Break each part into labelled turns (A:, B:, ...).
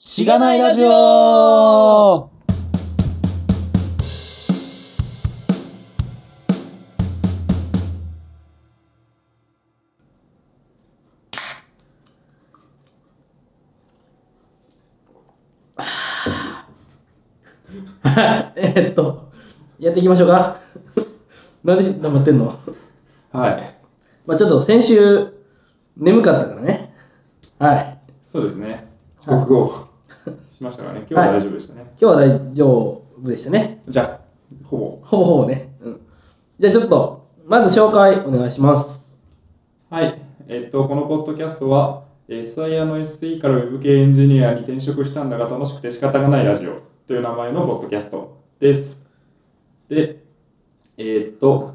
A: しがないラジオ
B: えっと、やっていきましょうか。なんで黙ってんの
A: はい。
B: まあちょっと先週、眠かったからね。はい。
A: そうですね。遅刻をしましたからね。今日は大丈夫でしたね。
B: 今日は大丈夫でしたね。
A: じゃあ、ほぼ。
B: ほぼほぼね。うん。じゃあちょっと、まず紹介お願いします。
A: はい。えっと、このポッドキャストは、SIR の SE から Web 系エンジニアに転職したんだが楽しくて仕方がないラジオという名前のポッドキャストです。で、えっと、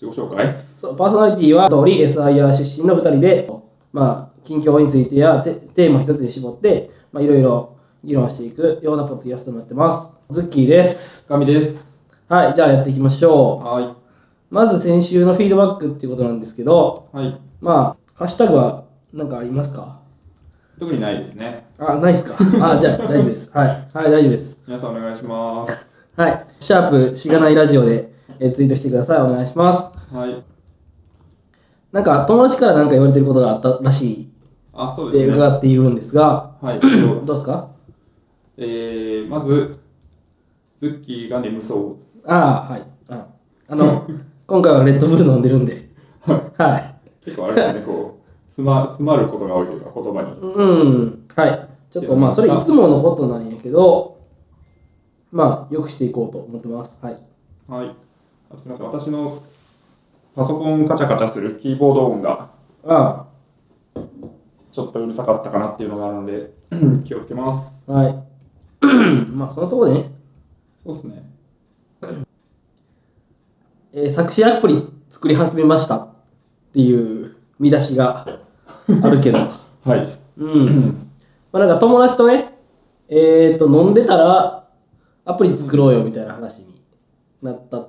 A: 自己紹介
B: そうパーソナリティは、通り SIR 出身の2人で、まあ、近況についてやテテーマ一つに絞って、まあ、いろいろ議論していくようなポッドキャストになってます。ズッキーです。
A: 深見です。
B: はい、じゃあやっていきましょ
A: は
B: う。まず先週のフィードバックっていうことなんですけど、
A: い。はい。
B: まあ、ハッシュタグは何かありますか
A: 特にないですね。
B: あ、ないですかあ、じゃあ大丈夫です。はい。はい、大丈夫です。
A: 皆さんお願いします。
B: はい。シャープ、しがないラジオで、えーツイートしてください。お願いします。
A: はい。
B: なんか、友達から何か言われてることがあったらしい
A: あ、そう
B: っ
A: で
B: て
A: すね。
B: 伺っているんですが、
A: はい。えっと
B: どうですか
A: えー、まず、ズッキーが眠そ
B: ああ、はい。うんあ の、今回はレッドブル飲んでるんで、は
A: う。結構あれですね、こう、詰ま詰まることが多いというか、言葉
B: い。
A: に。
B: うん。はい。ちょっとまあ、それいつものことなんやけど、まあ、よくしていこうと思ってます。はい。
A: はい。あすみません、私のパソコンカチャカチャするキーボード音が
B: ああ、
A: ちょっとうるさかったかなっていうのがあるの で、気をつけます。
B: はい。 まあ、そのところでね、
A: そうですね。
B: えー作詞アプリ作り始めましたっていう見出しがあるけど、
A: はい。
B: うん。まあ、なんか友達とね、えっ、と、飲んでたら、アプリ作ろうよみたいな話になったっ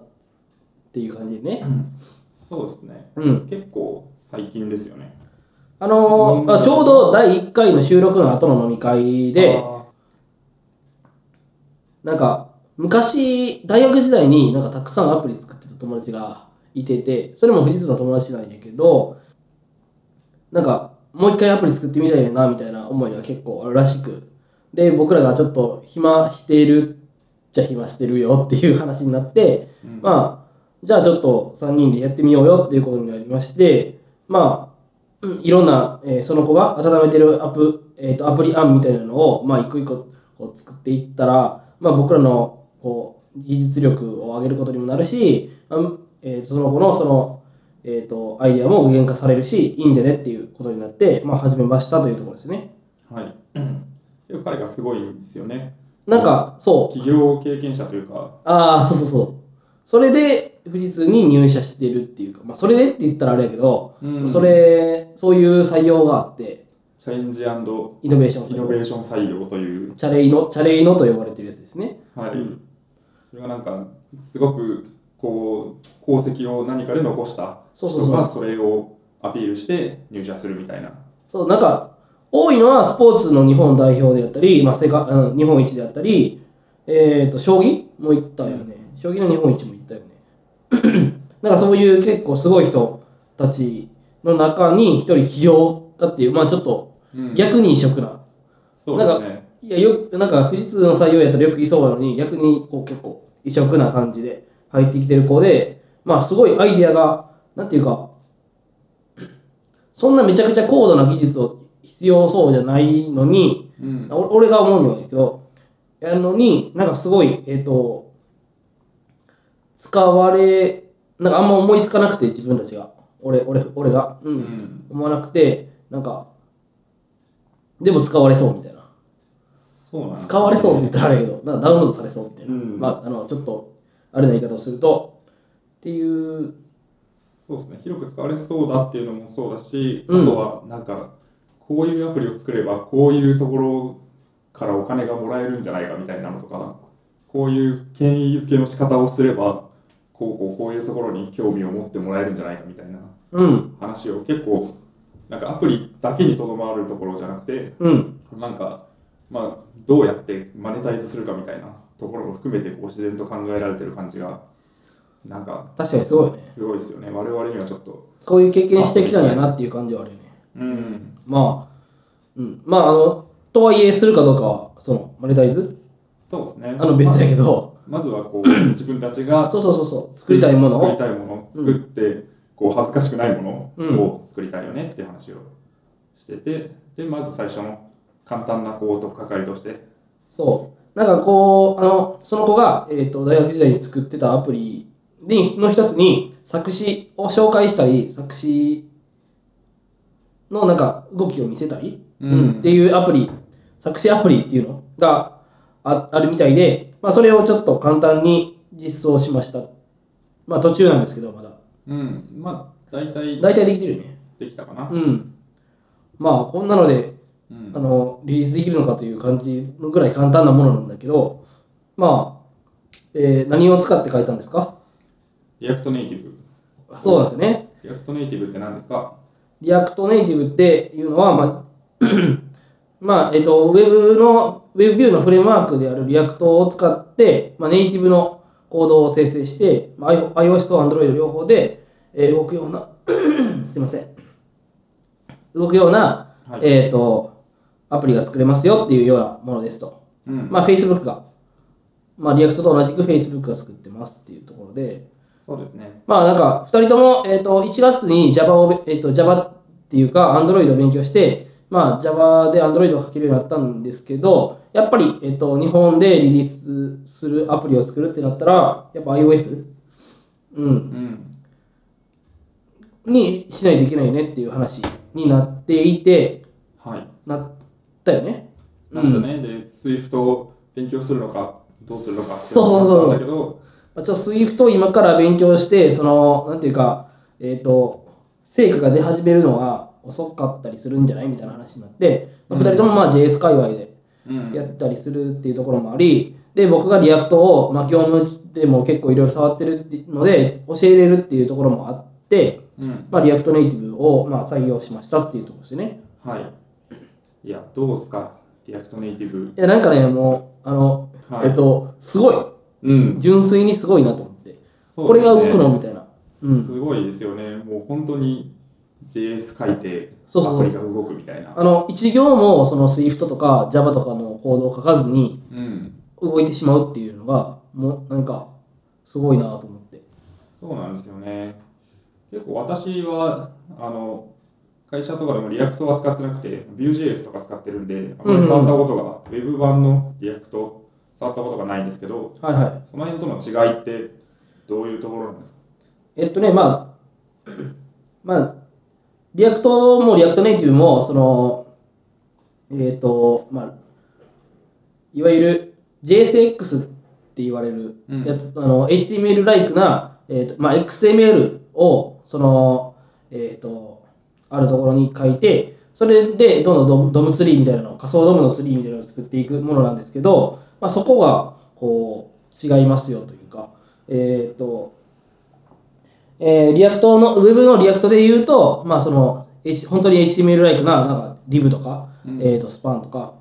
B: ていう感じでね。
A: そうですね。
B: うん。
A: 結構最近ですよね。
B: あのーあちょうど第1回の収録の後の飲み会で、
A: あ
B: なんか、昔、大学時代になんかたくさんアプリ作ってた友達がいてて、それも富士通の友達なんやけど、なんか、もう一回アプリ作ってみたいな、みたいな思いが結構あるらしく。で、僕らがちょっと暇してるっちゃ暇してるよっていう話になって、
A: ー、うん
B: まあ、じゃあちょっと3人でやってみようよっていうことになりまして、まあ、うんいろんな、えーその子が温めてるアプ,、えー、とアプリ案みたいなのを、まあ、一個一個こう作っていったら、まあ、僕らのこう技術力を上げることにもなるし、あんえー、その子のその、えー、とアイデアも具現化されるしいいんじゃねっていうことになって、まあ、始めましたというところですね。
A: はい。 でも彼がすごいんですよね。
B: なんか、そう、
A: 企業経験者というか、
B: ああ、そうそうそう。それで、富士通に入社してるっていうか、まあ、それでって言ったらあれやけど、
A: うん
B: それ、そういう採用があって、
A: チャレンジイ
B: イノベーション採
A: ノベ
B: 用。
A: ーション採用という、
B: チャレイノ、チャレイノと呼ばれてるやつですね。
A: はい。
B: うん
A: それがなんか、すごく、こう、功績を何かで残した
B: そうそうそう
A: 人がそれをアピールして入社するみたいな。
B: そう、なんか、多いのはスポーツの日本代表であったり、まあ、世界、うん、日本一であったり、えっ、と、将棋も行ったよね。将棋の日本一も行ったよね。 なんかそういう結構すごい人たちの中に一人起業家っていう、まあちょっと
A: うん
B: 逆に異色な
A: そうですね。
B: いやよなんか富士通の採用やったらよくいそうなのに逆にこう結構異色な感じで入ってきてる子でまあすごいアイディアがなんていうかそんなめちゃくちゃ高度な技術を必要そうじゃないのに
A: うん。
B: お俺が思うにはやけどやのになんかすごいえっ、と使われなんかあんま思いつかなくて自分たちが俺俺俺が
A: う
B: うん
A: ん。
B: 思わなくてなんかでも使われそうみたいな
A: そうなんですね
B: 使われそうって言ったらあれやけど、なんかダウンロードされそうみたいな、
A: うん
B: まあ、あのちょっとあれな言い方をすると、っていう、
A: そうですね。広く使われそうだっていうのもそうだし、
B: うん
A: あとは、なんか、こういうアプリを作れば、こういうところからお金がもらえるんじゃないかみたいなのとか、こういう権威づけの仕方をすれば、こうこうこういうところに興味を持ってもらえるんじゃないかみたいな。
B: うん、
A: 話を結構なんかアプリだけにとどまるところじゃなくて
B: うん、
A: なんかまあ、どうやってマネタイズするかみたいなところも含めてこう自然と考えられてる感じがなんか
B: 確かにすごいね。
A: すごいですよね我々にはちょっと
B: そういう経験してきたんやなっていう感じはあるよね。
A: うん
B: まあ、うん。まあ、あの、とはいえ、するかどうかは、その、マネタイズ
A: そうですね
B: あの、別やけど、
A: まあまずはこ う自分たちが
B: そうそうそうそう、作りたいもの
A: 作り
B: を、
A: たいもの作ってこう恥ずかしくないも
B: うん
A: のを作りたいよねっていう話をしててでまず最初の簡単なこうとっかかりとして
B: そう。なんかこう、あの、その子が、えっ、と、大学時代に作ってたアプリに、の一つに、作詞を紹介したり、作詞のなんか動きを見せたり、
A: う
B: っていうアプリ、作詞アプリっていうのがああるみたいで、まあ、それをちょっと簡単に実装しました。まあ、途中なんですけど、まだ。
A: うんまあ大体
B: 大体できてるよね。
A: できたかな
B: うん。まあ、こんなので、
A: うん
B: あの、リリースできるのかという感じのぐらい簡単なものなんだけど、まあ、えー何を使って書いたんですか
A: リアクトネイティブ
B: あそうなんですよね。
A: リアクトネイティブって何ですか
B: リアクトネイティブっていうのは、まあ、 まあ、えっ、と、ウェブの、ウェブビューのフレームワークであるリアクトを使って、まあ、ネイティブのコードを生成して、まあ、iO- iOS と Android 両方で、えー動くような、 すいません。動くような、
A: はい
B: えっ、と、アプリが作れますよっていうようなものですと。
A: うん
B: まあ、Facebook が、まあ、リアクトと同じく Facebook が作ってますっていうところで、
A: そうですね
B: まあなんか、二人とも、えっ、と、1月に Java をべ、えっ、と、Java っていうか、Android を勉強して、まあ Java で Android を書けるようになったんですけど、やっぱり、えっ、と、日本でリリースするアプリを作るってなったら、やっぱ iOS、うん、
A: うん
B: にしないといけないよねっていう話になっていて、
A: はい
B: なったよね。
A: なんとね、で SWIFT を勉強するのかどうするのかって
B: そうそうそう
A: 話だったんだけど
B: まあ、ちょっと SWIFT を今から勉強して、その、なんていうか、えっ、と、成果が出始めるのは遅かったりするんじゃないみたいな話になって、まあ、
A: うん
B: 2人ともまあ JS 界隈で
A: うん
B: やったりするっていうところもあり、で、僕がリアクトを、まあ、業務でも結構いろいろ触ってるっていうので、教えれるっていうところもあって、
A: うん
B: まあ、リアクトネイティブをまあ採用しましたっていうところですね。
A: はいいやどうすかリアクトネイティブ
B: いや、なんかね、もう、あの、
A: はい
B: えっと、すごい、
A: うん
B: 純粋にすごいなと思って、
A: そう
B: こ
A: で
B: れ
A: す
B: が
A: ね
B: 動くのみたいな。うん
A: すごいですよね、もう本当に JS 書いて
B: そうそう
A: アプリが動くみたいな。
B: あの、一行もその Swift とか Java とかのコードを書かずに
A: うん、
B: 動いてしまうっていうのが、もうなんか、すごいなと思って。
A: そうなんですよね。結構私はあの会社とかでもリアクトは使ってなくて、Vue.js とか使ってるんで、あまり触ったことが、Web 版のリアクト触ったことがないんですけど、
B: はいはい。
A: その辺との違いってどういうところなんですか
B: えっとね、まあ、 まあ、リアクトもリアクトネイティブも、その、えっ、と、まあ、いわゆる JSX って言われるやつ、あの、HTML-like な、えっ、と、まあ、XML を、その、えっ、と、あるところに書いて、それでどんどんドムドムツリーみたいなのを、仮想ドムのツリーみたいなのを作っていくものなんですけど、まあ、そこが、こう、違いますよというか、えっ、と、えーリアクトの、ウェブのリアクトで言うと、まあその、H- 本当に HTML-like な、なんか、div とか、
A: うん
B: えっ、と、スパンとか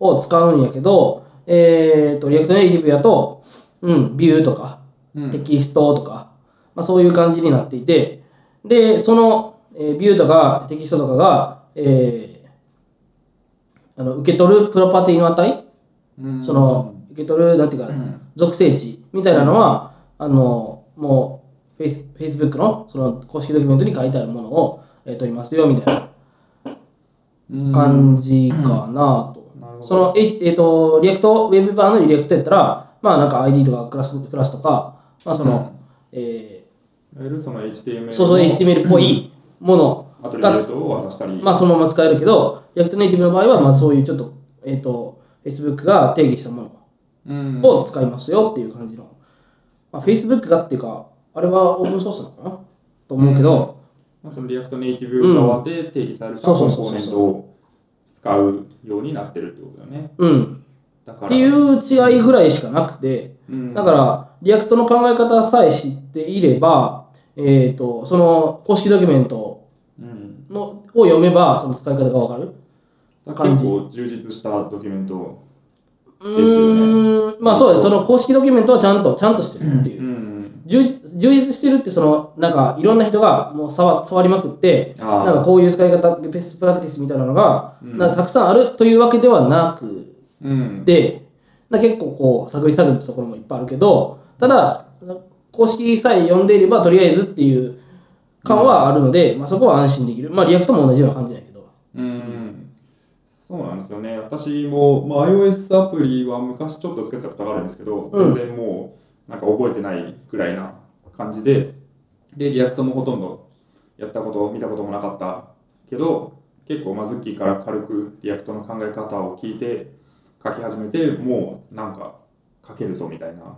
B: を使うんやけど、えっ、と、リアクトネイティブやと、うん、ビューとか、
A: うん
B: テキストとか、まあそういう感じになっていて、で、その、えービューとかテキストとかが、えーあの、受け取るプロパティの値
A: うん
B: その受け取るなんていうか
A: ん
B: 属性値みたいなのはあのもうフェイス Facebook のその公式ドキュメントに書いてあるものを、えー取りますよみたいな
A: うん
B: 感じかなと、
A: なるほど
B: その、H- えっとリアクトウェブ版のリアクトやったらまあなんか ID とかクラスクラスとか、まあそのえ
A: いわゆるその HTML
B: ー
A: の
B: そうそう HTML っぽいもの
A: アトリ
B: が
A: エートを渡したり、
B: まあ、そのまま使えるけど、リアクトネイティブの場合は、まあ、そういうちょっと、えっ、と、Facebook が定義したもの
A: うん
B: を使いますよっていう感じの、まあ、Facebook がっていうか、あれはオープンソースなのかなと思うけど、
A: まあ、そのリアクトネイティブ側で定義されたコ
B: うんそう
A: ン
B: そうそ
A: ポー
B: う
A: ネ
B: そう
A: ントを使うようになってるってことだよね。
B: うん、
A: だから
B: っていう違いぐらいしかなくて、
A: うん
B: だから、リアクトの考え方さえ知っていれば、えっ、と、その公式ドキュメント
A: うん、
B: のを読めば、その使い方がわかる。
A: だから
B: 感
A: 結
B: じ
A: 構充実したドキュメント
B: う
A: ですよね
B: ーんまあそうです。その公式ドキュメントはちゃんと、ちゃんとしてるっていうう。
A: ん
B: 充実充実してるって、その、なんか、いろんな人がもう触触りまくって、
A: あー
B: なんかこういう使い方、ベストプラクティスみたいなのが、
A: うん
B: なんかたくさんあるというわけではなく
A: うん
B: て、な結構こう、探り探るところもいっぱいあるけど、ただ、公式さえ読んでいれば、とりあえずっていう感はあるので、まあそこは安心できる。まあリアクトも同じような感じだけど。
A: うんそうなんですよね私も、まあ、iOS アプリは昔ちょっと作ってたことがあるんですけど、
B: うん
A: 全然もうなんか覚えてないくらいな感じででリアクトもほとんどやったこと見たこともなかったけど結構まずきから軽くリアクトの考え方を聞いて書き始めてもうなんか書けるぞみたいな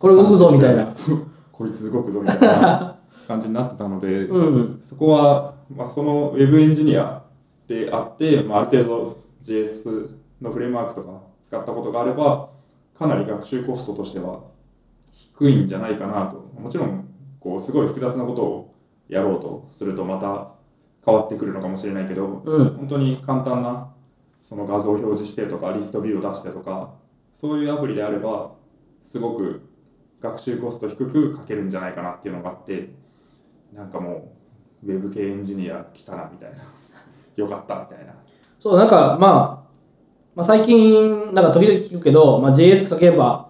B: これ動くぞみたいな。
A: そうこいつ動くぞみたいな感じになってたので、
B: うん。
A: そこは、まあ、そのウェブエンジニアであって、まあ、ある程度 JS のフレームワークとか使ったことがあればかなり学習コストとしては低いんじゃないかなともちろんこうすごい複雑なことをやろうとするとまた変わってくるのかもしれないけど
B: うん。
A: 本当に簡単なその画像を表示してとかリストビューを出してとかそういうアプリであればすごく学習コスト低く書けるんじゃないかなっていうのがあってなんかもうウェブ系エンジニア来たなみたいな よかったみたいな
B: そう、なんか、まあ、まあ、最近、なんか時々聞くけど、まあ、JS 書けば、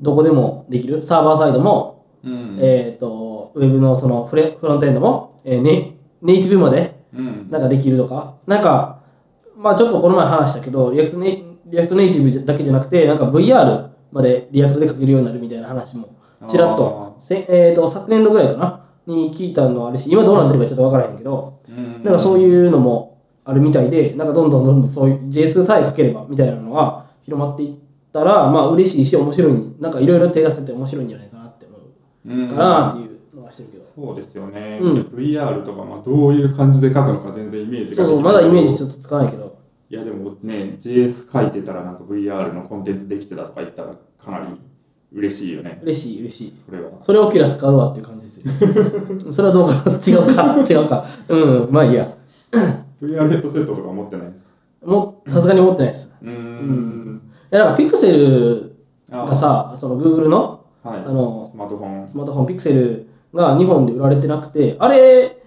B: どこでもできる。サーバーサイドも、
A: うん
B: えっ、と、ウェブのそのフレフロントエンドも、えーネネイティブまで、
A: うん
B: なんかできるとか、なんか、まあちょっとこの前話したけど、リアクトネリアクトネイティブだけじゃなくて、なんか VR までリアクトで書けるようになるみたいな話も、ちらっと、せえっ、と、昨年度ぐらいかな、に聞いたのはあるし、今どうなってるかちょっとわからへんけど、
A: うん
B: なんかそう
A: う
B: いうのもあるみたいで、なんかどんどんどんどんそういう JS さえ書ければみたいなのが広まっていったら、まあ嬉しいし面白い、なんかいろいろ手出せて面白いんじゃないかなって思う
A: うん
B: かなっていうのはしてるけど。
A: そうですよね、
B: うん
A: いや VR とかまあどういう感じで書くのか全然イメージ
B: そ
A: が
B: う
A: できない
B: そう、まだイメージちょっとつかないけど。
A: いやでもね JS 書いてたらなんか VR のコンテンツできてたとか言ったらかなり嬉しいよね
B: 嬉しい嬉しい
A: それは
B: それをキュラス買うわっていう感じですよ それはどうか違うか 違うかうんまあいいや
A: VR ヘッドセットとか持ってないんですか
B: もうさすがに思ってないです
A: うー
B: んいやなんかピクセル
A: あ
B: がさその Google の
A: はい
B: あの
A: スマートフォン
B: スマートフォンピクセルが2本で売られてなくてあれ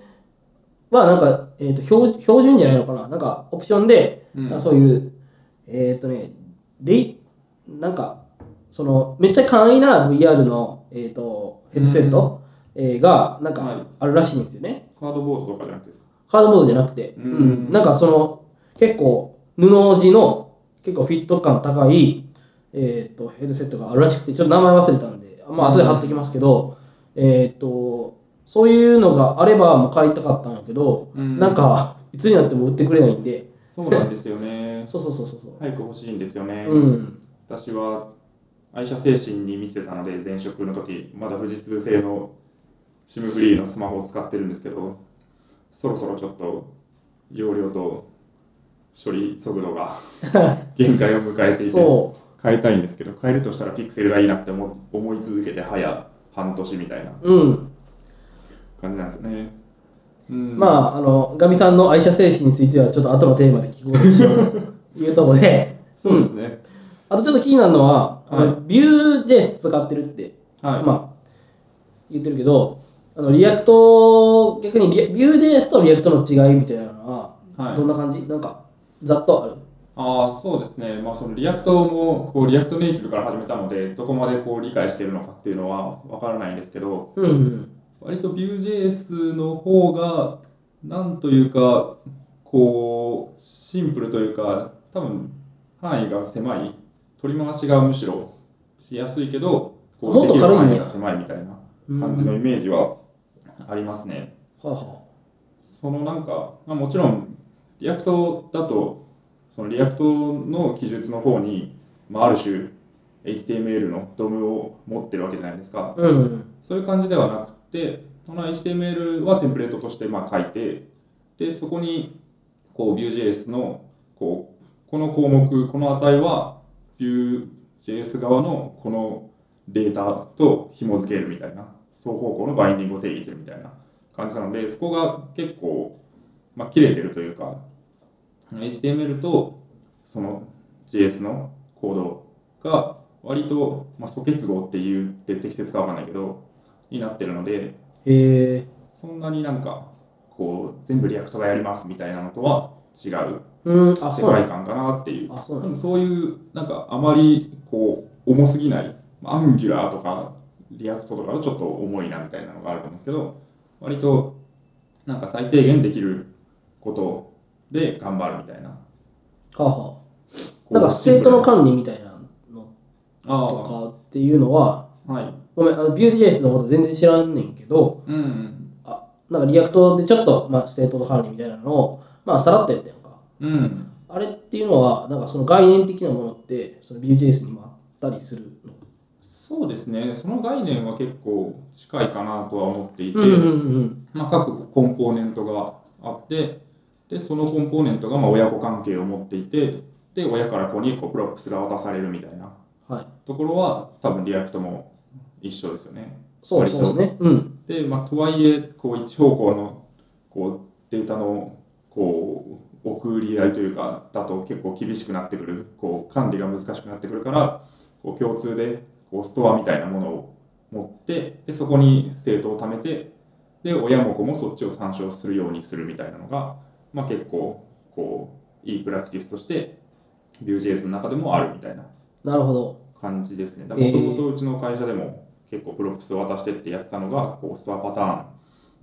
B: はなんか、えー、と標標準じゃないのかななんかオプションで、
A: うん
B: なんかそういうえっ、とねレイなんかそのめっちゃ簡易な VR の、えー、とヘッドセット、えーがなん
A: はい
B: かあるらしいんですよね、
A: カードボードとかじゃなくてですか
B: カードボードじゃなくて、
A: うん
B: うんなんかその結構布地の結構フィット感高い、えー、とヘッドセットがあるらしくてちょっと名前忘れたんで、まあ後で貼っときますけど、えっ、とそういうのがあればもう買いたかったんやけど、
A: うん
B: なんかいつになっても売ってくれないんで
A: そうなんですよね
B: そうそうそうそうそう、
A: 早く欲しいんですよね、
B: うん
A: 私は愛車精神に見せてたので前職の時まだ富士通製の SIM フリーのスマホを使ってるんですけどそろそろちょっと容量と処理速度 が限界を迎えていて
B: そ
A: 変えたいんですけど変えるとしたらピクセルがいいなって思思い続けて早半年みたいな
B: ううん
A: 感じなんですよね、うん
B: まあ、あの、ガミさんの愛車精神については、ちょっと後のテーマで聞こうとしようというところ で、
A: そうですすね、
B: あとちょっと気になるのは、あの
A: は
B: ビュー JS 使ってるって、
A: はい、
B: まあ、言ってるけど、あのリアクト、逆にリアビュー JS とリアクトの違いみたいなの
A: は
B: は、
A: い
B: どんな感じ、なんか、ざっとある。
A: ああそうですね、まあ、そのリアクトもこうリアクトネイティブから始めたのでどこまでこう理解しているのかっていうのはわからないんですけど
B: うんうん。
A: 割と Vue.js の方がなんというかこうシンプルというか多分範囲が狭い取り回しがむしろしやすいけどこう
B: もっと
A: でき
B: 軽
A: る
B: いね
A: 範囲が狭いみたいな感じのイメージはありますね。
B: はあは
A: そのなんか、まあ、もちろんリアクトだとそのリアクトの記述の方に、まあ、ある種 HTML のドムを持ってるわけじゃないですか
B: あ。うんうん。
A: そういう感じではなくてその HTML はテンプレートとしてまあ書いてでそこにこう Vue.js のこうこの項目この値は Vue.js 側のこのデータと紐付けるみたいな双方向のバインディングを定義するみたいな感じなのでそこが結構まあ切れてるというか HTML とその JS のコードが割と、まあ、素結合って言って適切かわかんないけどになってるので
B: へえ。
A: そんなになんかこう全部リアクトがやりますみたいなのとは違う
B: うん、あ、
A: 世
B: そうなん
A: 界
B: だ。
A: 観かなっていう
B: あ、そうな
A: で
B: ん
A: も
B: だ。
A: そういうなんかあまりこう重すぎないまあアンギュラーとかリアクトとかのちょっと重いなみたいなのがあると思うんですけど割となんか最低限できることで頑張るみたいな
B: はあはあ。なんかステートの管理みたいなのと
A: あ
B: かっていうのは、
A: あはい
B: ごめん、あのビューティーエスのこと全然知らんねんけど、
A: うんうん
B: あ、なんかリアクトでちょっと、まあ、ステートの管理みたいなのを、まあ、さらっとやったやんか。
A: うん
B: あれっていうのは、なんかその概念的なものって、そのビューティーエスにもあったりするの。
A: そうですねその概念は結構近いかなとは思っていて、
B: うんうんうん。
A: まあ、各コンポーネントがあってでそのコンポーネントがまあ親子関係を持っていてで親から子にこうプロップスが渡されるみたいな
B: はい。
A: ところは多分リアクトも一緒ですよね。
B: そうそうですね。うん。
A: で、まあ、とはいえこう一方向のこうデータのこう送り合いというかだと結構厳しくなってくるこう管理が難しくなってくるからこう共通でこうストアみたいなものを持ってでそこにステートを貯めてで親も子もそっちを参照するようにするみたいなのが、まあ、結構こういいプラクティスとして Vue.js の中でもあるみたいな
B: なるほど。
A: 感じですね。も
B: えー
A: ともとうちの会社でも結構プロップスを渡してってやってたのが、こうストアパターン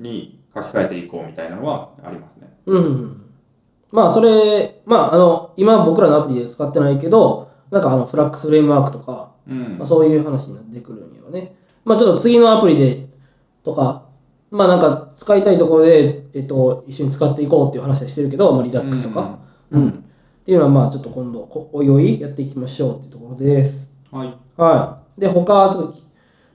A: に書き換えていこうみたいなのはありますね。
B: うんうんうん。まあ、それ、まあ、あの、今僕らのアプリで使ってないけど、なんかあの、フラックスフレームワークとか、
A: うん
B: まあ、。そういう話になってくるんやろね。まあ、ちょっと次のアプリでとか、まあ、なんか使いたいところで、えっと、一緒に使っていこうっていう話はしてるけど、まあ、リダックスとか、
A: うん
B: うんっていうのは、まあ、ちょっと今度、こおいおいやっていきましょうっていうところです。
A: はい。
B: はい。で、他、ちょっと、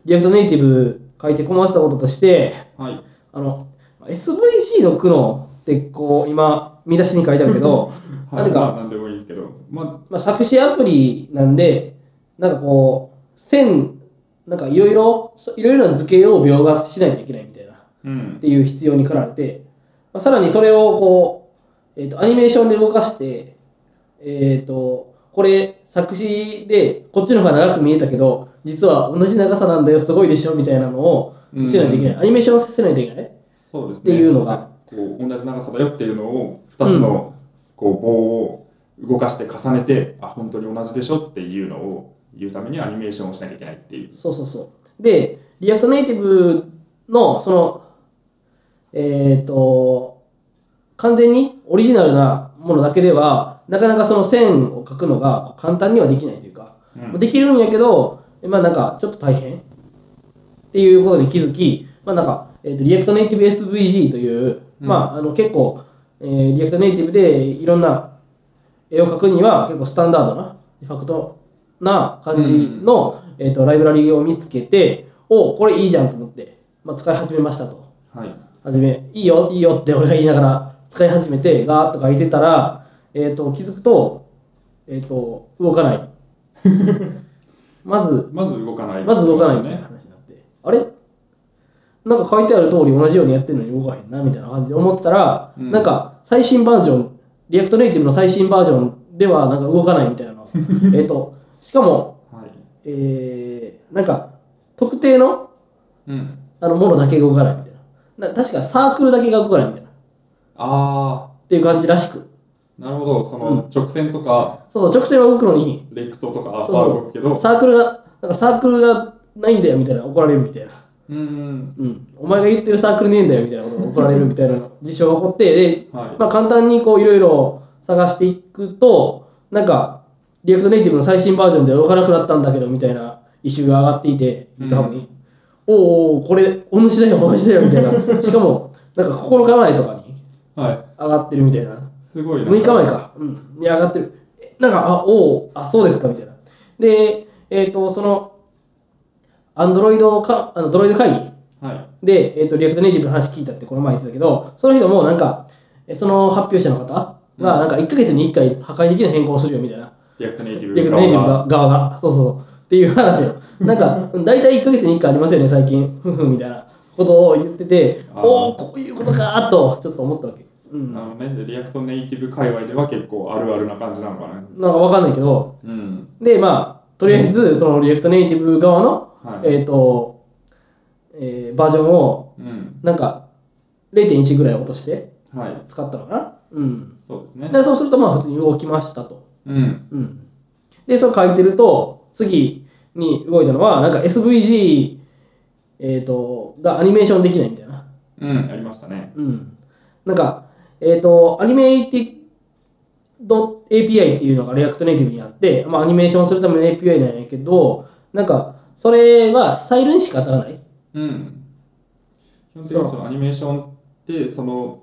B: リアクトネイティブ書いて困ってたこととして、
A: はい。
B: あの、SVC の苦悩って、こう、今、見出しに書いてあるけど、なんていうか
A: まあ、なんでもいいですけど、ま
B: まあ、作詞アプリなんで、なんかこう、線、なんかいろいろ、そいろいろな図形を描画しないといけないみたいな、っ
A: あ、うん。
B: ていう必要に駆られて、まあ、さらにそれをこう、えっ、と、アニメーションで動かして、えっ、と、これ、作詞で、こっちの方が長く見えたけど、実は同じ長さなんだよ、すごいでしょ、みたいなのを見せないといけない。アニメーションをさせないといけない。
A: そうです
B: って
A: ね。
B: いうのが。
A: こう同じ長さだよっていうのを、2つのこう棒を動かして重ねて、あ、本当に同じでしょっていうのを言うためにアニメーションをしなきゃいけないっていう。
B: そうそうそう。で、リアクトネイティブの、その、えっ、と、完全にオリジナルなものだけでは、なかなかその線を描くのがこう簡単にはできないというか、
A: うん
B: できるんやけど、まあなんかちょっと大変っていうことに気づき、まあなんか、えー、とリアクトネイティブ SVG という、
A: うん
B: まああの結構、えーリアクトネイティブでいろんな絵を描くには結構スタンダードな、ディファクトな感じの、えー、とライブラリを見つけて、おこれいいじゃんと思って、まあ、使い始めましたと。
A: はい。
B: 始め、いいよ、いいよって俺が言いながら使い始めて、ガーッと書いてたら、えっ、と、気づくと、えっ、と、動かない。まず、
A: まず動かない。
B: まず動かないみたいな話になって、あれなんか書いてある通り同じようにやってるのに動かへんなみたいな感じで思ってたら、
A: うん
B: なんか最新バージョン、リアクトネイティブの最新バージョンではなんか動かないみたいな の。えっと、しかも、
A: はい。
B: えー、なんか特定の
A: うん。
B: あのものだけが動かないみたいな。な確かサークルだけが動かないみたいな。っ
A: ああ。
B: ていう感じらしく。
A: なるほど、その直線とか、
B: そうそう、直線は動くのに、
A: レクトとかは
B: そうそう
A: 動くけど、
B: サークルが、なんかサークルがないんだよみたいな、怒られるみたいな。
A: うーん、
B: うん、お前が言ってるサークルねえんだよみたいなことが怒られるみたいな事象が起こってで、
A: はい
B: まあ、簡単にこういろいろ探していくとなんかリアクトネイティブの最新バージョンでは動かなくなったんだけどみたいなイシューが上がっていて
A: うん
B: GitHub に、おうおうこれ同じだよ同じだよみた いなしかもなんか心構えとかに
A: は、
B: 上がってるみたいない
A: すごいな。
B: 6日前か、うん、に上がってる。えなんか、あ、おお、あ、そうですか、みたいな。で、えっ、と、その、アンドロイドか、あの、ドロイド会議
A: はい、
B: で、えっ、と、リアクトネイティブの話聞いたってこの前言ってたけど、その人もなんか、えその発表者の方が、
A: うん
B: なんか1ヶ月に1回破壊的な変更をするよみたいな。
A: リアクトネイティブ
B: リアクトネイティブが側が、そうそうそう、っていう話よ。なんか、 大体1ヶ月に1回ありますよね、最近、ふんふんみたいなことを言ってて、
A: あー
B: おお、こういうことかーと、ちょっと思ったわけ。うん
A: あのね、でリアクトネイティブ界隈では結構あるあるな感じなのかな。
B: なんかわかんないけど、
A: うん。
B: で、まあ、とりあえず、そのリアクトネイティブ側の、
A: はい。
B: えっ、と、えーバージョンを、
A: うん。
B: なんか、0.1ぐらい落として
A: はい。
B: 使ったのかな。うん。
A: そうですね。
B: で、そうすると、まあ、普通に動きましたと。
A: うん。
B: うん。で、それ書いてると、次に動いたのは、なんか SVG、えっ、と、がアニメーションできないみたいな。
A: うん。ありましたね。
B: うん。なんか、えっ、と、アニメイティド API っていうのが React ネイティブにあって、まあ、アニメーションするための API なんやけど、なんか、それはスタイルにしか当たらない。
A: うん。基本的にそのアニメーションって、その、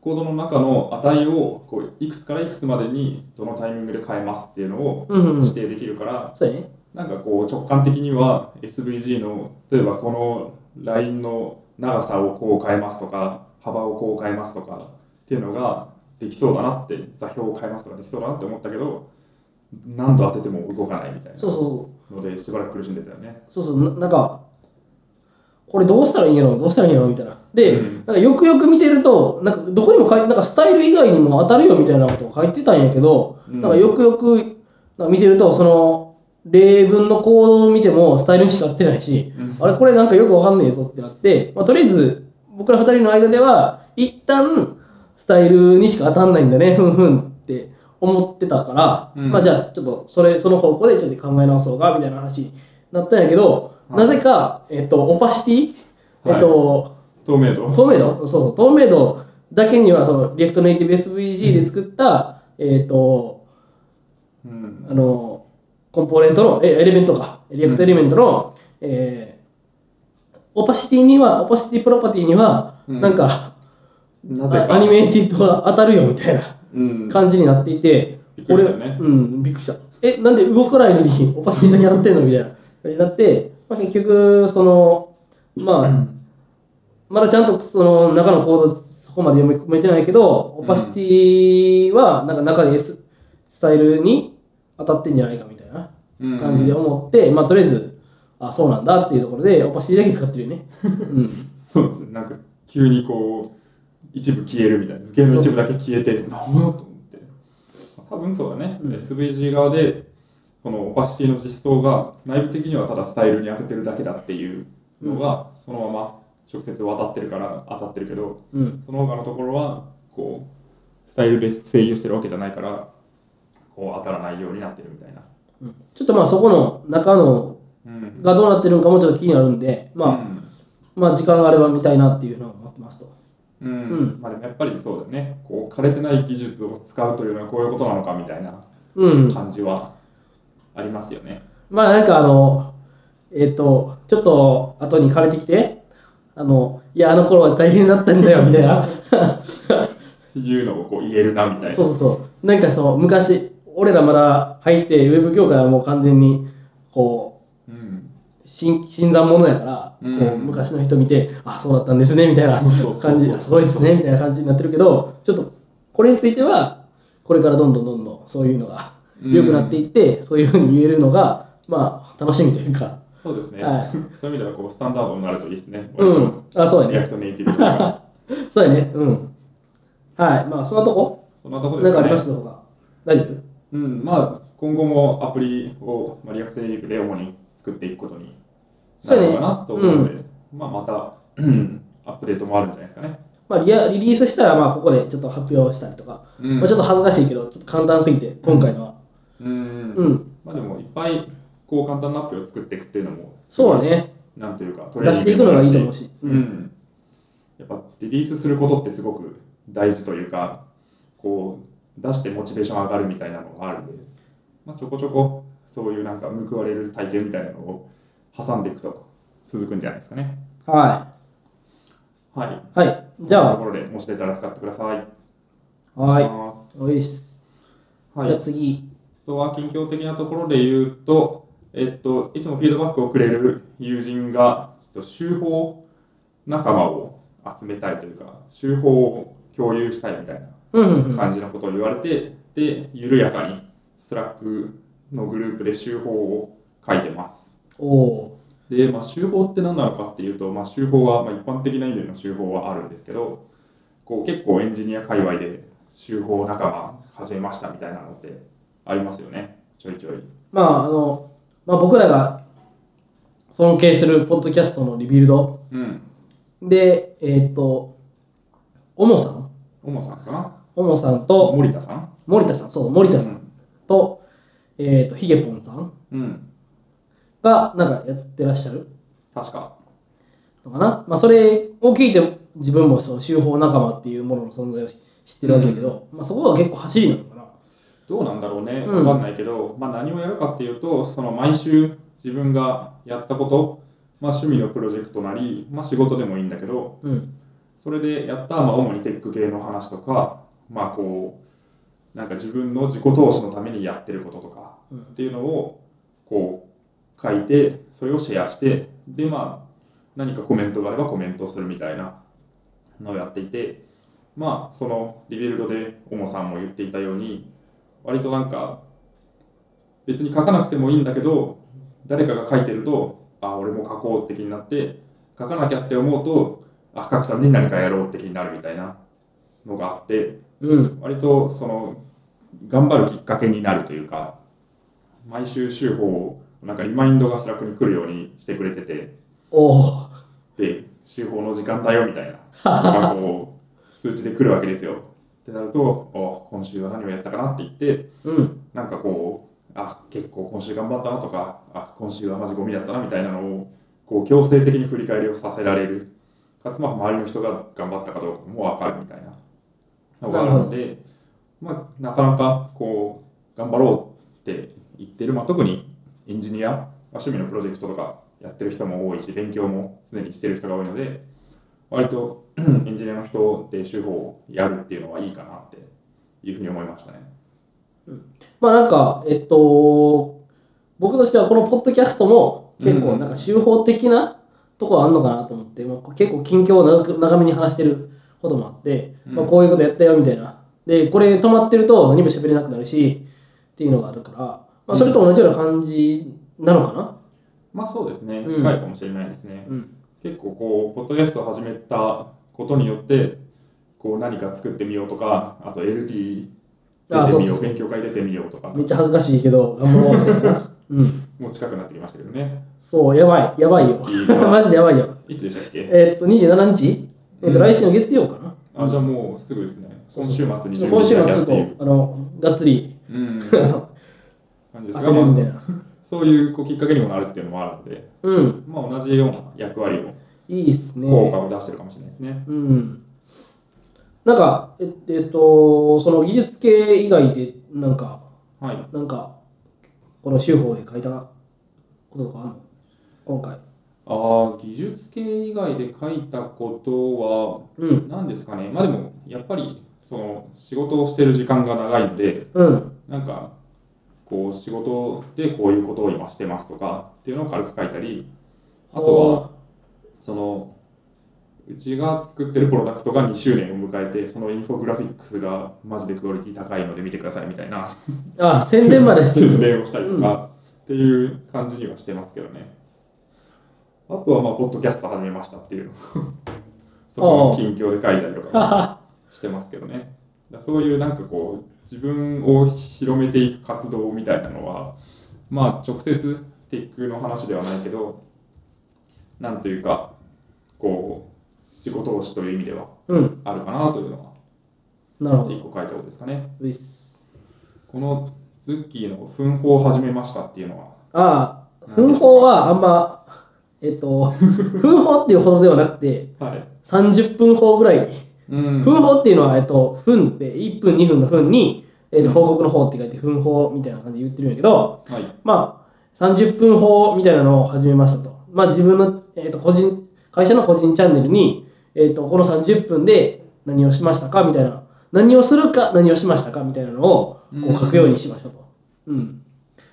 A: コードの中の値をこういくつからいくつまでにどのタイミングで変えますっていうのを
B: うんうん、うん。
A: 指
B: そ
A: 定できるから、
B: うやね。
A: なんかこう直感的には SVG の例えばこのラインの長さをこう変えますとか幅をこう変えますとかっていうのができそうだなって座標を変えますとかできそうだなって思ったけど何度当てても動かないみたい
B: そうそう。
A: なのでしばらく苦しんでたよね。
B: そうそう、ななんか、これどうしたらいいんやろどうしたらいいんやろみたいな。で、
A: うん
B: なんかよくよく見てると、なんかどこにも書いて、なんかスタイル以外にも当たるよみたいなことを書いてたんやけど、
A: うん
B: なんかよくよくなんか見てると、その、例文の行動を見てもスタイルにしか当ててないし、
A: うん
B: あれこれなんかよくわかんねえぞってなって、まあ、とりあえず僕ら二人の間では、一旦スタイルにしか当たんないんだね、ふんふんって思ってたから、
A: うん
B: まあじゃあちょっとそれ、その方向でちょっと考え直そうか、みたいな話になったんやけど、
A: はい
B: なぜか、えっと、オパシティ、
A: はい
B: えっと、
A: 透明度
B: 透明度そうそう、透明度だけには、その、リアクトネイティブ SVG で作った、えっと、
A: うん
B: あの、コンポーネントの、え、エレメントか、リアクトエレメントの、えーオパシティには、オパシティプロパティには、
A: うん
B: なんか、
A: なぜ
B: あ
A: か
B: アニメーティッドが当たるよみたいな
A: うん
B: 感じになっていて、
A: びっくりしたよね
B: 俺うん、びっくりした。え、なんで動かないのに、 オパシティだけ当たってんのみたいな感じになって、まあ、結局、その、まあ、まだちゃんとその中のコードそこまで読み込めてないけど、オパシティはなんか中で S スタイルに当たってんじゃないかみたいな
A: うん
B: 感じで思って、まあとりあえず、あ、そうなんだっていうところで、オパシティだけ使ってるよね。うん。
A: そうですねなんか急にこう一部消えるみたいな図形の一部だけ消えてなんだと思って多分そうだね、
B: うん
A: SVG 側でこのオパシティの実装が内部的にはただスタイルに当ててるだけだっていうのがそのまま直接渡ってるから当たってるけど
B: うん。
A: その他のところはこうスタイルで制御してるわけじゃないからこう当たらないようになってるみたいな
B: うんちょっとまあそこの中の
A: うん
B: がどうなってるのかもちょっと気になるんで、まあ、まあ時間があれば見たいなっていうのは思ってますと。
A: うん、うん
B: うん
A: まあでもやっぱりそうだねこう枯れてない技術を使うというのはこういうことなのかみたいな
B: うん。
A: 感じはありますよね。
B: まあなんかあの、えっ、と、ちょっと後に枯れてきて、あの、いや、あの頃は大変だったんだよ、みたい な。
A: っていうのをこう言えるなみたいな。
B: そうそうそう。なんかその、昔、俺らまだ入って、ウェブ業界はもう完全に、こう、
A: うん、
B: 新新参者やから、
A: うん
B: こう、昔の人見て、あ、そうだったんですね、みたいな
A: そうそうそうそう
B: 感じ、あすごいですね、みたいな感じになってるけど、ちょっと、これについては、これからどんどんどんどん、そういうのが、
A: うん
B: 良くなっていって、そういうふうに言えるのが、まあ、楽しみというか、
A: そうですね。
B: はい
A: そういう意味ではこうスタンダードになるといいですね。
B: う
A: 割と
B: ん。あ、そうや
A: リア
B: ね。
A: クトネイティブと か。
B: そうやね。うん。はい。まあ、そんなとこ
A: そんなところ
B: な
A: です
B: んか
A: か
B: ありま
A: ね
B: し。たとか。大丈夫
A: うん、まあ今後もアプリを、まあ、リアクトネイティブで主に作っていくことになるのかなと
B: そうね
A: 思うので、まあまたうんアップデートもあるんじゃないですかね。
B: まあリア、リリースしたら、まあ、ここでちょっと発表したりとか。
A: うん
B: まあ、ちょっと恥ずかしいけど、ちょっと簡単すぎて、今回のは。
A: うん
B: うん。
A: まあでもいっぱいこう簡単なアプリを作っていくっていうのも
B: そうね。
A: なんというか、
B: 出していくのがいいと思うし
A: う
B: うん
A: ん。やっぱリリースすることってすごく大事というか、こう、出してモチベーション上がるみたいなのがあるんで、まあ、ちょこちょこ、そういうなんか報われる体験みたいなのを挟んでいくと続くんじゃないですかね。
B: は
A: はい。
B: い。はい。じゃ
A: ところで、もし出たら使ってください。
B: あ、はい
A: お願いします。
B: い。おいっす。
A: は
B: じゃあ
A: い。
B: 次。
A: あとは近況的なところで言うと、えっと、いつもフィードバックをくれる友人が、ちょっと集法仲間を集めたいというか、集法を共有したいみたい
B: うんうんう。
A: なん感じのことを言われて、で、緩やかにスラックのグループで集法を書いてます。
B: おお
A: で、まあ、集法って何なのかっていうと、まあ、集法は、まあ、一般的な意味での集法はあるんですけど、こう結構エンジニア界隈で修法仲間始めましたみたいなのってありますよねちょいちょい
B: まあ、あの、まあ僕らが尊敬するポッドキャストのリビルド
A: うん
B: で、えーっと、オモさん
A: オモさんかな
B: オモさんと
A: 森田さん
B: 森田さん、そう、森田さんと、えーっと、ヒゲポンさん
A: うん、うん、
B: がなんかやってらっしゃる
A: 確か
B: のかな。まあそれを聞いて自分もその修法仲間っていうものの存在を知ってるわけだけど、まあそこが結構走りなのかな。
A: どうなんだろうね、
B: うん
A: わかんないけど、まあ、何をやるかっていうと、その毎週自分がやったこと、まあ、趣味のプロジェクトなり、まあ、仕事でもいいんだけど、
B: うん。
A: それでやった、まあ、主にテック系の話とか、まあこう、なんか自分の自己投資のためにやってることとか
B: うん
A: っていうのをこう書いて、それをシェアして、で、まあ、何かコメントがあればコメントをするみたいなのをやっていて、まあ、そのリビルドでオモさんも言っていたように、割となんか別に書かなくてもいいんだけど誰かが書いてるとあ俺も書こうって気になって書かなきゃって思うとあ書くために何かやろうって気になるみたいなのがあって
B: うん。
A: 割とその頑張るきっかけになるというか毎週週報をなんかリマインドがスラックに来るようにしてくれてて
B: おー
A: で週報の時間だよみたいななんかこう数値で来るわけですよってなるとお今週は何をやったかなって言って
B: うん。
A: なんかこう、あ結構今週頑張ったなとか、あ今週はマジゴミだったなみたいなのを、こう強制的に振り返りをさせられる、かつまあ周りの人が頑張ったかどうかも分かるみたいなのがあるので、まあ、なかなかこう頑張ろうって言ってる、まあ、特にエンジニア、まあ趣味のプロジェクトとかやってる人も多いし、勉強も常にしてる人が多いので、割と エンジニアの人で手法をやるっていうのはいいかなっていうふうに思いましたね。
B: まあなんか、えっと、僕としてはこのポッドキャストも結
A: うんう
B: 構
A: ん
B: なんか集法的なところあるのかなと思って、まあ、結構近況を長く長めに話してることもあって、
A: うん
B: まあ、こういうことやったよみたいな。で、これ止まってると何も喋れなくなるし、っていうのがあるから、まあ、それと同じような感じなのかな。
A: まあそうですね、
B: うん
A: 近いかもしれないですね。
B: うん。
A: 結構こう、ポッドキャストを始めたことによって、こう何か作ってみようとか、あと LT
B: あ
A: 出て
B: そう
A: み
B: そ
A: よ
B: う
A: う、勉強会出てみようとか、
B: めっちゃ恥ずかしいけど、頑張ろうみたい な。うん。
A: もう近くなってきましたけどね。
B: そう、やばい、やばいよ
A: いいな。
B: マジでやばいよ。
A: いつでしたっけ
B: えっと、27日えっと、来週の月曜かな。
A: あ、じゃあもうすぐですね。今週末に
B: ちょっと今週末ちょっ
A: っていう。
B: と、あの、がっつり、
A: うん。 感じです
B: 焦
A: が、
B: るみたい
A: まあ
B: な。
A: そういうこうきっかけにもなるっていうのもあるので、
B: うん、
A: まあ同じような役割を、
B: いいっす
A: 効果
B: ね。
A: を出してるかもしれないですね。
B: うん。なんか、ええっと、その技術系以外で、なんか、
A: はい。
B: なんか、この修法で書いたこととかあるの今回。
A: ああ、技術系以外で書いたことは、
B: うん。
A: なんですかね、まあでも、やっぱりその仕事をしてる時間が長いので、
B: うん。
A: なんか、こう、仕事でこういうことを今してますとかっていうのを軽く書いたり、あとは、その、うちが作ってるプロダクトが2周年を迎えて、そのインフォグラフィックスがマジでクオリティ高いので見てくださいみたいな、
B: あ、あ、宣伝まです
A: 宣
B: る。
A: 伝をしたりとかっていう感じにはしてますけどね。あとは、まあ、ポッドキャスト始めましたっ ていうのをその近況で書いたりとか。
B: はは
A: してますけどねだそういうなんかこう自分を広めていく活動みたいなのはまあ直接テックの話ではないけどなんというかこう自己投資という意味では
B: うん。
A: あるかなというのは
B: なるほど。
A: 1個書いたことですかね
B: ういっす
A: このズッキーの奮法を始めましたっていうのは
B: ああ、奮法はあんま、えっと、奮法っていうほどではなくて、
A: はい
B: 30分法ぐらい。
A: うん
B: 分法っていうのは、えっと、分って1分2分の分に、えっと、報告の方って書いて分法みたいな感じで言ってるんやけど、
A: はい
B: まあ、30分法みたいなのを始めましたと。まあ、自分の、えっと、個人、会社の個人チャンネルに、えっと、この30分で何をしましたかみたいな、何をするか何をしましたかみたいなのをこ
A: うん
B: う書くようにしましたと。うん。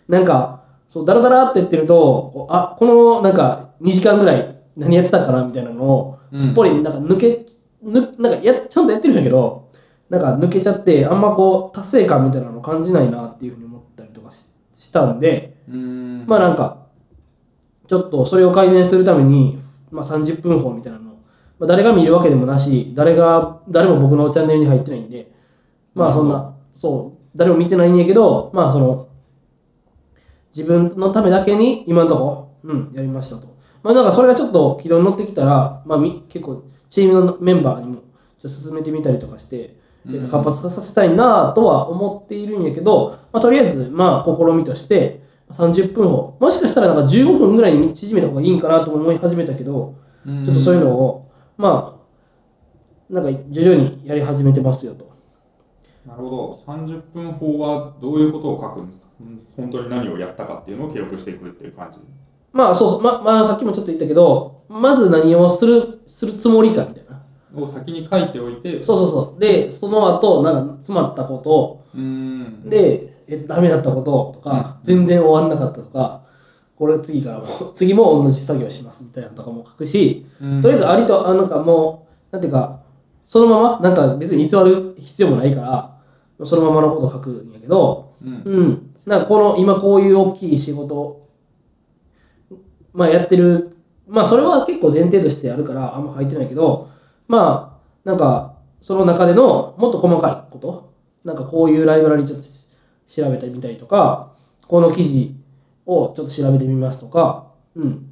B: なんか、そう、ダラダラって言ってると、こうあ、この、なんか、2時間ぐらい何やってたかなみたいなのを、
A: うん
B: すっぽり、なんか抜け、ぬなんかや、ちゃんとやってるんやけど、なんか抜けちゃって、あんまこう、達成感みたいなの感じないなっていうふうに思ったりとかししたんで、
A: うん
B: まあなんか、ちょっとそれを改善するために、まあ30分法みたいなのをまあ、誰が見るわけでもなし、誰が、誰も僕のチャンネルに入ってないんで、まあそん
A: な
B: な、そう、誰も見てないんやけど、まあその、自分のためだけに今のとこ、うん、やりましたと。まあだからそれがちょっと軌道に乗ってきたら、まあみ結構チームのメンバーにもちょっと進めてみたりとかして、えっと
A: うん
B: 活発化させたいなとは思っているんやけど、まあとりあえず、まあ試みとして、30分を、もしかしたらなんか15分ぐらいに縮めた方がいいんかなとも思い始めたけど、
A: うん
B: ちょっとそういうのを、まあ、なんか徐々にやり始めてますよと。
A: なるほど30分法はどういうことを書くんですかうん本当に何をやったかっていうのを記録していくっていう感じ
B: まあそうそう、ま、まあさっきもちょっと言ったけど、まず何をする、するつもりかみたいな。
A: を先に書いておいて
B: そうそうそう。で、その後、なんか詰まったことを、
A: うーん
B: で、え、ダメだったこととか、
A: うん
B: 全然終わんなかったとか、これ次からも、 次も同じ作業しますみたいなのとかも書くし、
A: うん
B: とりあえずありと、あ、なんかもう、なんていうか、そのまま、なんか別に偽る必要もないから、そのままのことを書くんやけど、
A: うん
B: うん、なんかこの今こういう大きい仕事、まあ、やってる、まあ、それは結構前提としてあるからあんま書いてないけど、まあ、なんかその中でのもっと細かいこと、なんかこういうライブラリちょっとし調べてみたりとか、この記事をちょっと調べてみますとか、うん、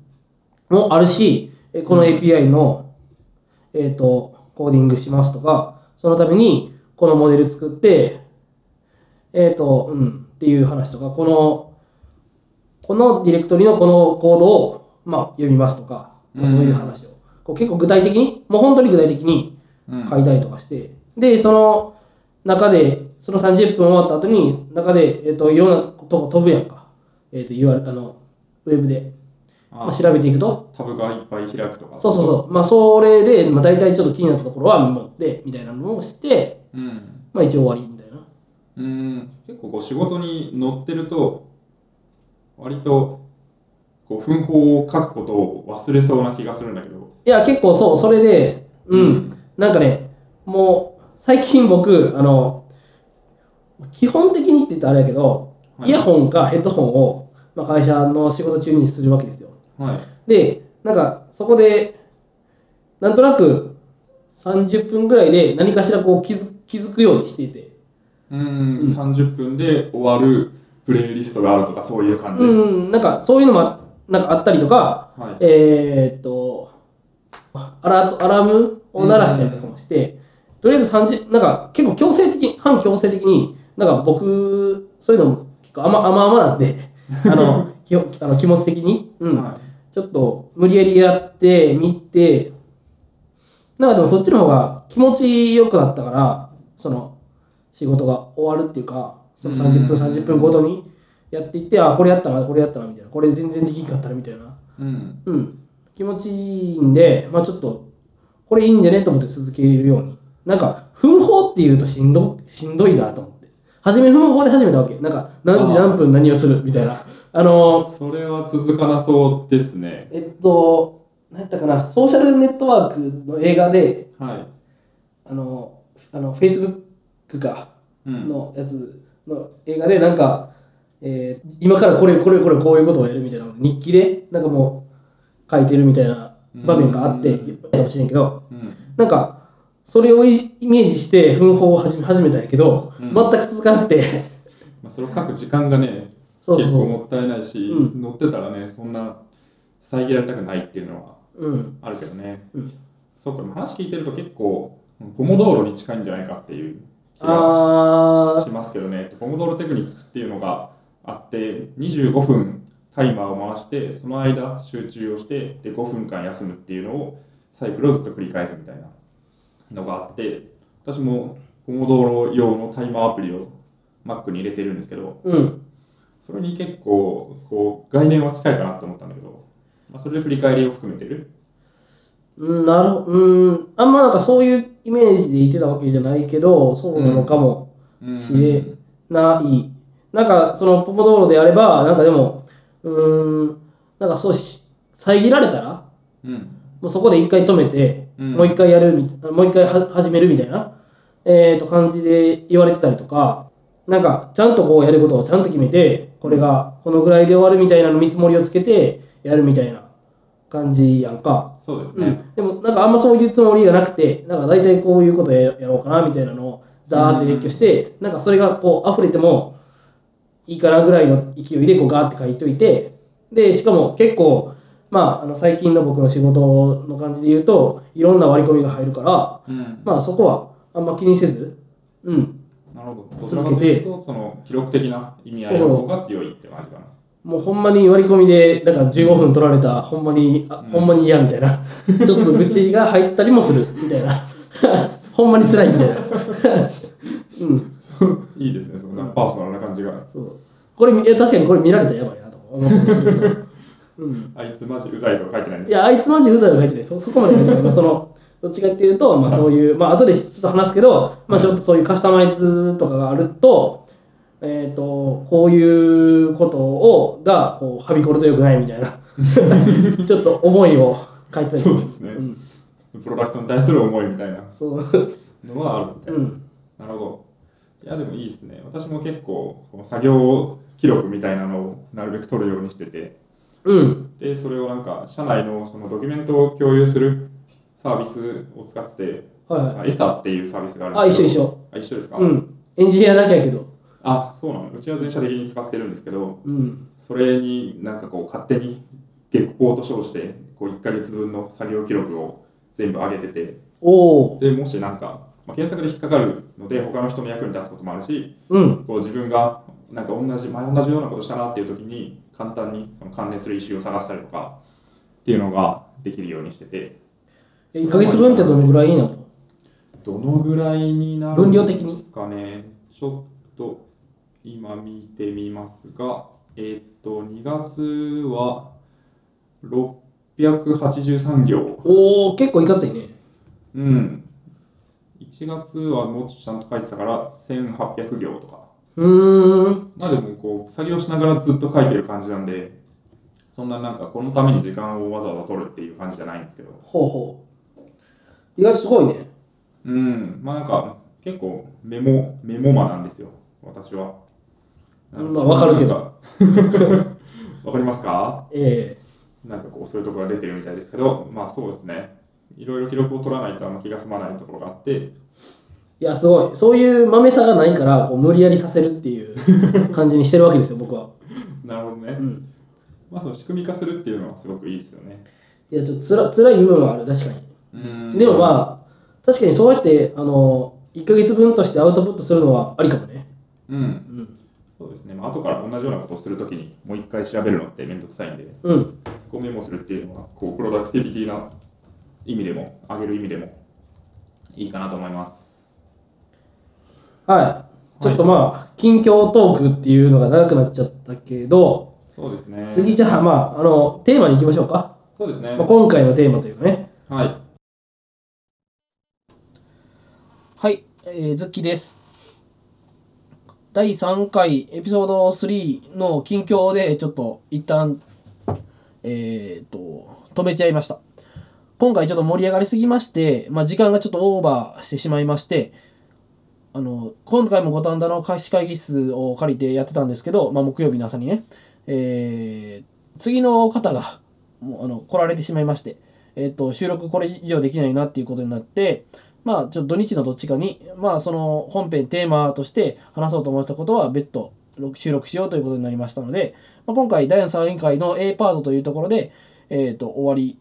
B: もあるし、えこの API の、えっ、と、コーディングしますとか、そのためにこのモデル作って、えっ、と、うん、っていう話とか、この、このディレクトリのこのコードを、まあ、読みますとか、まあそういう話を。こう結構具体的に、もう本当に具体的に
A: うん
B: 書いたりとかして、で、その中で、その30分終わった後に、中で、えっ、と、いろんなとこ飛ぶやんか。えっ、と、言われ、あの、ウェブで、まあ、
A: あ
B: 調べていくと、
A: タブがいっぱい開くとか
B: そうそうそう、まあ、それで、まあ、大体ちょっと気になったところは持って、みたいなのをして、
A: うん
B: まあ、一応終わりみたいな。
A: うん結構こう仕事に乗ってると割とこう奮法を書くことを忘れそうな気がするんだけど
B: いや、結構そう、それで、うん、
A: うん
B: なんかね、もう、最近僕、あの、基本的にって言ったらあれやけど、
A: はい
B: イヤホンかヘッドホンを、まあ、会社の仕事中にするわけですよ。
A: はい
B: で、なんか、そこで、なんとなく、30分ぐらいで何かしらこう気づ気づくようにしていて、
A: うん30分で終わるプレイリストがあるとかそういう感じ、
B: うん、なんかそういうのもあなんかあったりとか、
A: はい
B: えーっと、あアラート、アラームを鳴らしたりとかもして、とりあえず30、なんか結構強制的に、反強制的に、なんか僕、そういうのも結構甘々甘々なん で、あの、きよあの気持ち的に、うん、
A: はい
B: ちょっと無理やりやってみて、なんかでもそっちの方が気持ちよくなったから、その仕事が終わるっていうか、その30分、
A: うん
B: 30分ごとにやっていって、あ、これやったな、これやったな、みたいな、これ全然できなかったな、みたいな、
A: うん
B: うん、気持ちいいんで、まあちょっと、これいいんじゃねと思って続けるように。なんか、奮法っていうとしんど、しんどいなと思って。初め奮法で始めたわけ。なんか、何時
A: あー
B: 何分何をするみたいな。あのー
A: それは続かなそうですね
B: えっと、何やったかな、ソーシャルネットワークの映画で、
A: はい
B: あの、あの Facebook か、
A: うん
B: のやつの映画で、なんか、えー今からこれ、これ、これ、こういうことをやるみたいなのを日記で、なんかもう、書いてるみたいな場面があって、
A: うん
B: いっぱいかもしれんけど、
A: うん
B: なんか、それをイイメージして、奮法を始め始めたんやけど、
A: うん
B: 全く続かなくて、
A: まあ、それを書く時間がね
B: そう
A: 結構
B: そ
A: もったいないし、
B: う
A: 乗ってたらねそんな遮られたくないっていうのは
B: う。うん。
A: あるけどね、
B: うん
A: そうかでも話聞いてると結構ポモドーロに近いんじゃないかっていう気が
B: あ
A: しますけどねポモドーロテクニックっていうのがあって25分タイマーを回してその間集中をしてで5分間休むっていうのをサイクルをずっと繰り返すみたいなのがあって私もポモドーロ用のタイマーアプリを Mac に入れてるんですけど
B: ー、うん。
A: それに結構こう概念は近いかなと思ったんだけど、まあ、それで振り返りを含めてる
B: うん、なるほうん、あんまなんかそういうイメージで言ってたわけじゃないけど、そうなのかも
A: うん
B: しれない。なんかそのポポ道路であれば、なんかでも、うん、なんかそうし、遮られたら、
A: うん
B: もうそこで一回止めて、
A: うん
B: もう一回やるみたい、もう一回は始めるみたいな、えー、と感じで言われてたりとか、なんかちゃんとこうやることをちゃんと決めて、これがこのぐらいで終わるみたいなの見積もりをつけてやるみたいな感じやんか。
A: そうです
B: う
A: ね。
B: ん、でもなんかあんまそういうつもりがなくてなんか大体こういうことややろうかなみたいなのをザーって列挙して、なんかそれがこう溢れてもいいかなぐらいの勢いでこうガーって書いといてでしかも結構まああの最近の僕の仕事の感じで言うといろんな割り込みが入るから
A: うん
B: まあそこはあんま気にせずうん
A: なるほど。どちらか
B: 続け
A: と
B: て
A: いうと、その記録的な意味合いの方が強いって感じかな。
B: もうほんまに割り込みでだから15分取られたほんまにあ
A: うん
B: ほんまに嫌みたいなちょっと愚痴が入ってたりもするみたいな ほんまに辛いみたいな うん
A: そう いいですね、そんなパーソナルな感じが。
B: そうこれいや確かにこれ見られたらやばいなと思ううん、
A: あいつマジうざいとか書いてないんで
B: い
A: す
B: やあいつマジうざいは書いてないそそこまで書いてない、まあ、そのどっちかっていうと、まあ、そういうまあ後でちょっと話すけど、まあ、ちょっとそういうカスタマイズとかがあるとえー、とこういうことをがこうはびこるとよくないみたい なちょっと思いを書いてたり
A: そうですね、
B: うん
A: プロダクトに対する思いみたいな
B: そう
A: のはあるみたいな。
B: うん
A: なるほど。いや、でもいいですね。私も結構、この作業記録みたいなのをなるべく取るようにしてて、
B: うん
A: で、それをなんか、社内のそのドキュメントを共有するサービスを使ってて、
B: はいはい
A: あエサっていうサービスがあるん
B: あ
A: です
B: 一緒
A: け
B: 一
A: ど、
B: 緒
A: あ一緒ですか、
B: うんエンジニアだけやけど
A: あ、そうなの。うちは全社的に使ってるんですけど、
B: うん
A: それになんかこう、勝手に月報と称して、こう、1ヶ月分の作業記録を全部上げてて、
B: おお
A: で、もしなんか、まあ、検索で引っかかるので、他の人の役に立つこともあるし、
B: うん
A: こう自分がなんか同じ前同じようなことしたなっていう時に簡単にその関連するイシューを探したりとかっていうのができるようにしてて
B: え一ヶ月分ってどのぐらいいいの
A: どのぐらいになる
B: 分
A: ん
B: 量的に
A: ですかねちょっと今見てみますがえーっと2月は683行
B: おお結構いかついね
A: うん1月はもうちょっとちゃんと書いてたから1800行とか
B: うーん
A: まあでもこう作業しながらずっと書いてる感じなんでそんななんかこのために時間をわざわざ取るっていう感じじゃないんですけど
B: ほうほう意外とすごいね
A: うんまあなんか結構メモメモマなんですよ私は
B: まあわかるけど
A: なんか わかりますか
B: え
A: なんかこうそういうところが出てるみたいですけどまあそうですねいろいろ記録を取らないとあんま気が済まないところがあって
B: えいやすごいそういう豆さがないからこう無理やりさせるって いう感じにしてるわけですよ僕は
A: なるほどね、
B: うん
A: まあその仕組み化するっていうのはすごくいいですよね
B: いやちょっとつら辛い部分はある確かに
A: うん
B: でもまあ確かにそうやってあの1ヶ月分としてアウトプットするのはありかもね
A: うん
B: うん
A: そうですね、まあ後から同じようなことをするときにもう一回調べるのってめんどくさいんで、
B: うん
A: そこをメモするっていうのは、こうプロダクティビティな意味でも、上げる意味でもいいかなと思います。
B: はいちょっとまあ近況トークっていうのが長くなっちゃったけど
A: そうですね。
B: 次じゃあまああのテーマに行きましょうか、
A: そうですね。
B: まあ、今回のテーマというかね
A: はい。
B: はい、えー、ズッキーです。第3回エピソード3の近況でちょっと一旦、えー、と、止めちゃいました。今回ちょっと盛り上がりすぎまして、まあ、時間がちょっとオーバーしてしまいまして、あの、今回も五反田の貸し会議室を借りてやってたんですけど、まあ、木曜日の朝にね、えー次の方が、もう、あの、来られてしまいまして、えっ、と、収録これ以上できないなっていうことになって、まあ、ちょっと土日のどっちかに、まあ、その本編テーマとして話そうと思ってたことは別途録収録しようということになりましたので、まあ、今回第3回の A パートというところで、えっ、と、終わり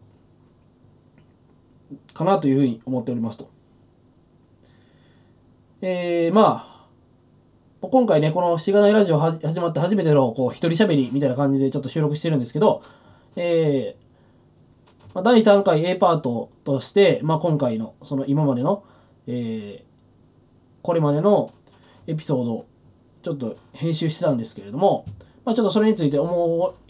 B: かなというふうに思っておりますと。えー、まあ、今回ね、このしがないラジオはじ始まって初めての、こう、一人喋りみたいな感じでちょっと収録してるんですけど、えーまあ、第3回 A パートとして、まあ、今回の、その今までの、えーこれまでのエピソード、ちょっと編集してたんですけれども、まあ、ちょっとそれについて思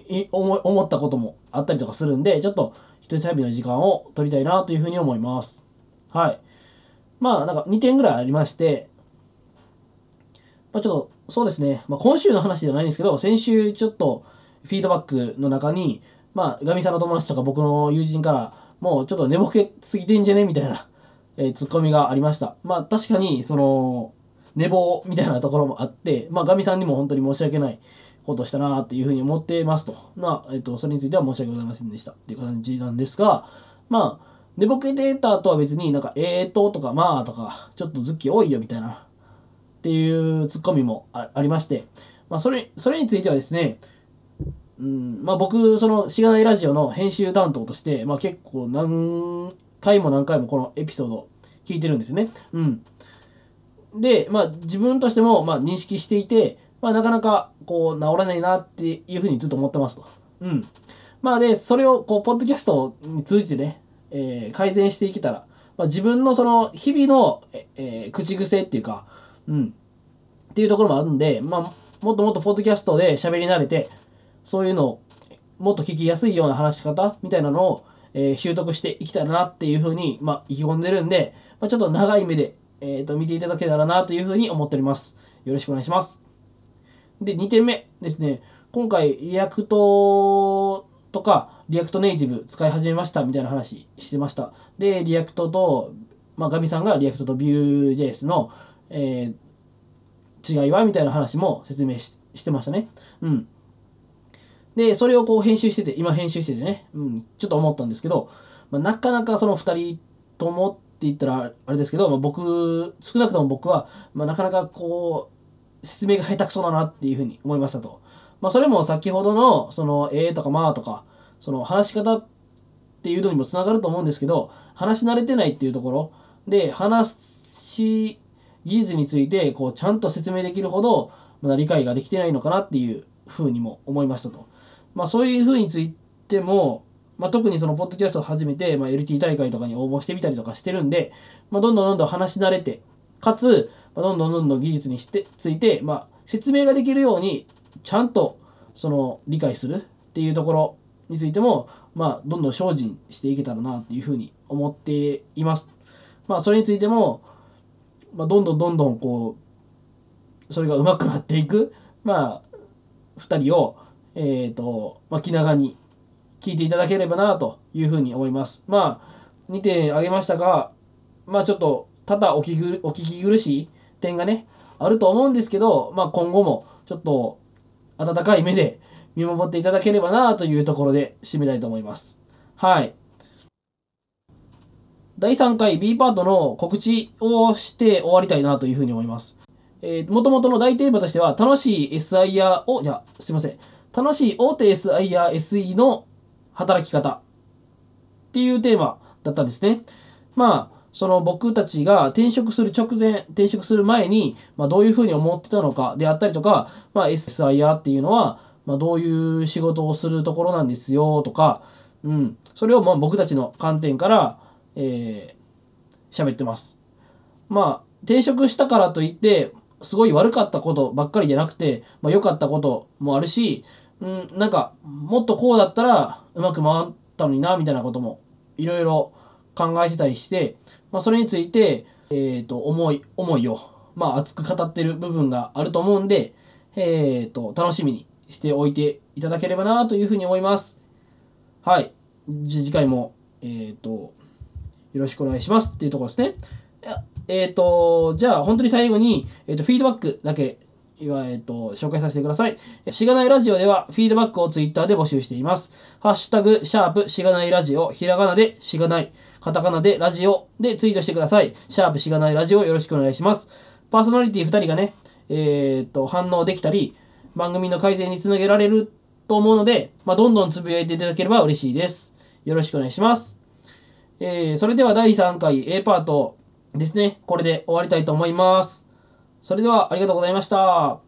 B: うい思い思ったこともあったりとかするんで、ちょっと一人旅の時間を取りたいなというふうに思います。はい。まあ、なんか2点ぐらいありまして、まあ、ちょっとそうですね、まあ、今週の話じゃないんですけど、先週ちょっとフィードバックの中に、まあ、ガミさんの友達とか僕の友人から、もうちょっと寝ぼけすぎてんじゃねみたいな、えーツッコミがありました。まあ、確かに、その、寝坊みたいなところもあって、まあ、ガミさんにも本当に申し訳ないことをしたなっていうふうに思っていますと。まあ、えっと、それについては申し訳ございませんでしたっていう感じなんですが、まあ、寝ぼけデータとは別になんか、えーととか、まあとか、ちょっとズッキー多いよみたいな、っていうツッコミもあありまして、まあ、それ、それについてはですね、うん、まあ僕、その、しがないラジオの編集担当として、まあ結構何回も何回もこのエピソード聞いてるんですね。うん。で、まあ自分としても、まあ認識していて、まあなかなかこう治らないなっていうふうにずっと思ってますと。うん。まあで、それをこう、ポッドキャストに通じてね、えー改善していけたら、まあ自分のその日々の、ええー口癖っていうか、うん。っていうところもあるんで、まあ、もっともっとポッドキャストで喋り慣れて、そういうのをもっと聞きやすいような話し方みたいなのを、えー習得していきたいなっていうふうに、まあ、意気込んでるんで、まあ、ちょっと長い目で、えー、と見ていただけたらなというふうに思っております。よろしくお願いします。で、2点目ですね。今回、リアクトとか、リアクトネイティブ使い始めましたみたいな話してました。で、リアクトと、まあ、ガミさんがリアクトと Vue.js の、えー違いはみたいな話も説明ししてましたね。うん。で、それをこう編集してて、今編集しててね、うん、ちょっと思ったんですけど、まあ、なかなかその2人ともって言ったらあれですけど、まあ、僕、少なくとも僕は、まあ、なかなかこう、説明が下手くそだなっていうふうに思いましたと。まあ、それも先ほどの、その、えーとかまあとか、その話し方っていうのにもつながると思うんですけど話し慣れてないっていうところで話し技術についてこうちゃんと説明できるほどまだ理解ができてないのかなっていうふうにも思いましたと、まあ、そういうふうについても、まあ、特にそのポッドキャストを始めて、まあ、LT 大会とかに応募してみたりとかしてるんで、まあ、どんどんどんどん話し慣れてかつ、まあ、どんどんどんどん技術にしてついて、まあ、説明ができるようにちゃんとその理解するっていうところについても、まあ、どんどん精進していけたらなっていうふうに思っています。まあ、それについても、まあ、どんどんどんどんこうそれが上手くなっていく、まあ、2人を、えーとまあ、気長に聞いていただければなというふうに思います。まあ、2点挙げましたが、まあ、ちょっと多々お聞きぐお聞き苦しい点がねあると思うんですけど、まあ、今後もちょっと温かい目で見守っていただければなというところで締めたいと思います。はい。第3回 B パートの告知をして終わりたいなというふうに思います。えー、元々の大テーマとしては、楽しい SIR を、いや、すいません。楽しい大手 SIR SE の働き方っていうテーマだったんですね。まあ、その僕たちが転職する直前、転職する前に、まあ、どういうふうに思ってたのかであったりとか、まあ、SIR っていうのは、まあ、どういう仕事をするところなんですよとか、うん、それをまあ僕たちの観点から、えー、喋ってます。まあ、転職したからといって、すごい悪かったことばっかりじゃなくて、まあ、良かったこともあるし、うん、なんか、もっとこうだったら、うまく回ったのにな、みたいなことも、いろいろ考えてたりして、まあ、それについて、えっ、と、思い、思いを、まあ、熱く語ってる部分があると思うんで、えっ、と、楽しみにしておいていただければな、というふうに思います。はい。じ次回も、えっ、と、よろしくお願いしますっていうところですね。いやえっ、と、じゃあ本当に最後に、えー、とフィードバックだけ、いわえー、と紹介させてください。えしがないラジオではフィードバックをツイッターで募集しています。ハッシュタグ、シャープ、しがないラジオ、ひらがなでしがない、カタカナでラジオでツイートしてください。シャープ、しがないラジオよろしくお願いします。パーソナリティ2人がね、えっ、と、反応できたり、番組の改善につなげられると思うので、まあ、どんどんつぶやいていただければ嬉しいです。よろしくお願いします。えーそれでは第3回 A パートですね、これで終わりたいと思います。それではありがとうございました。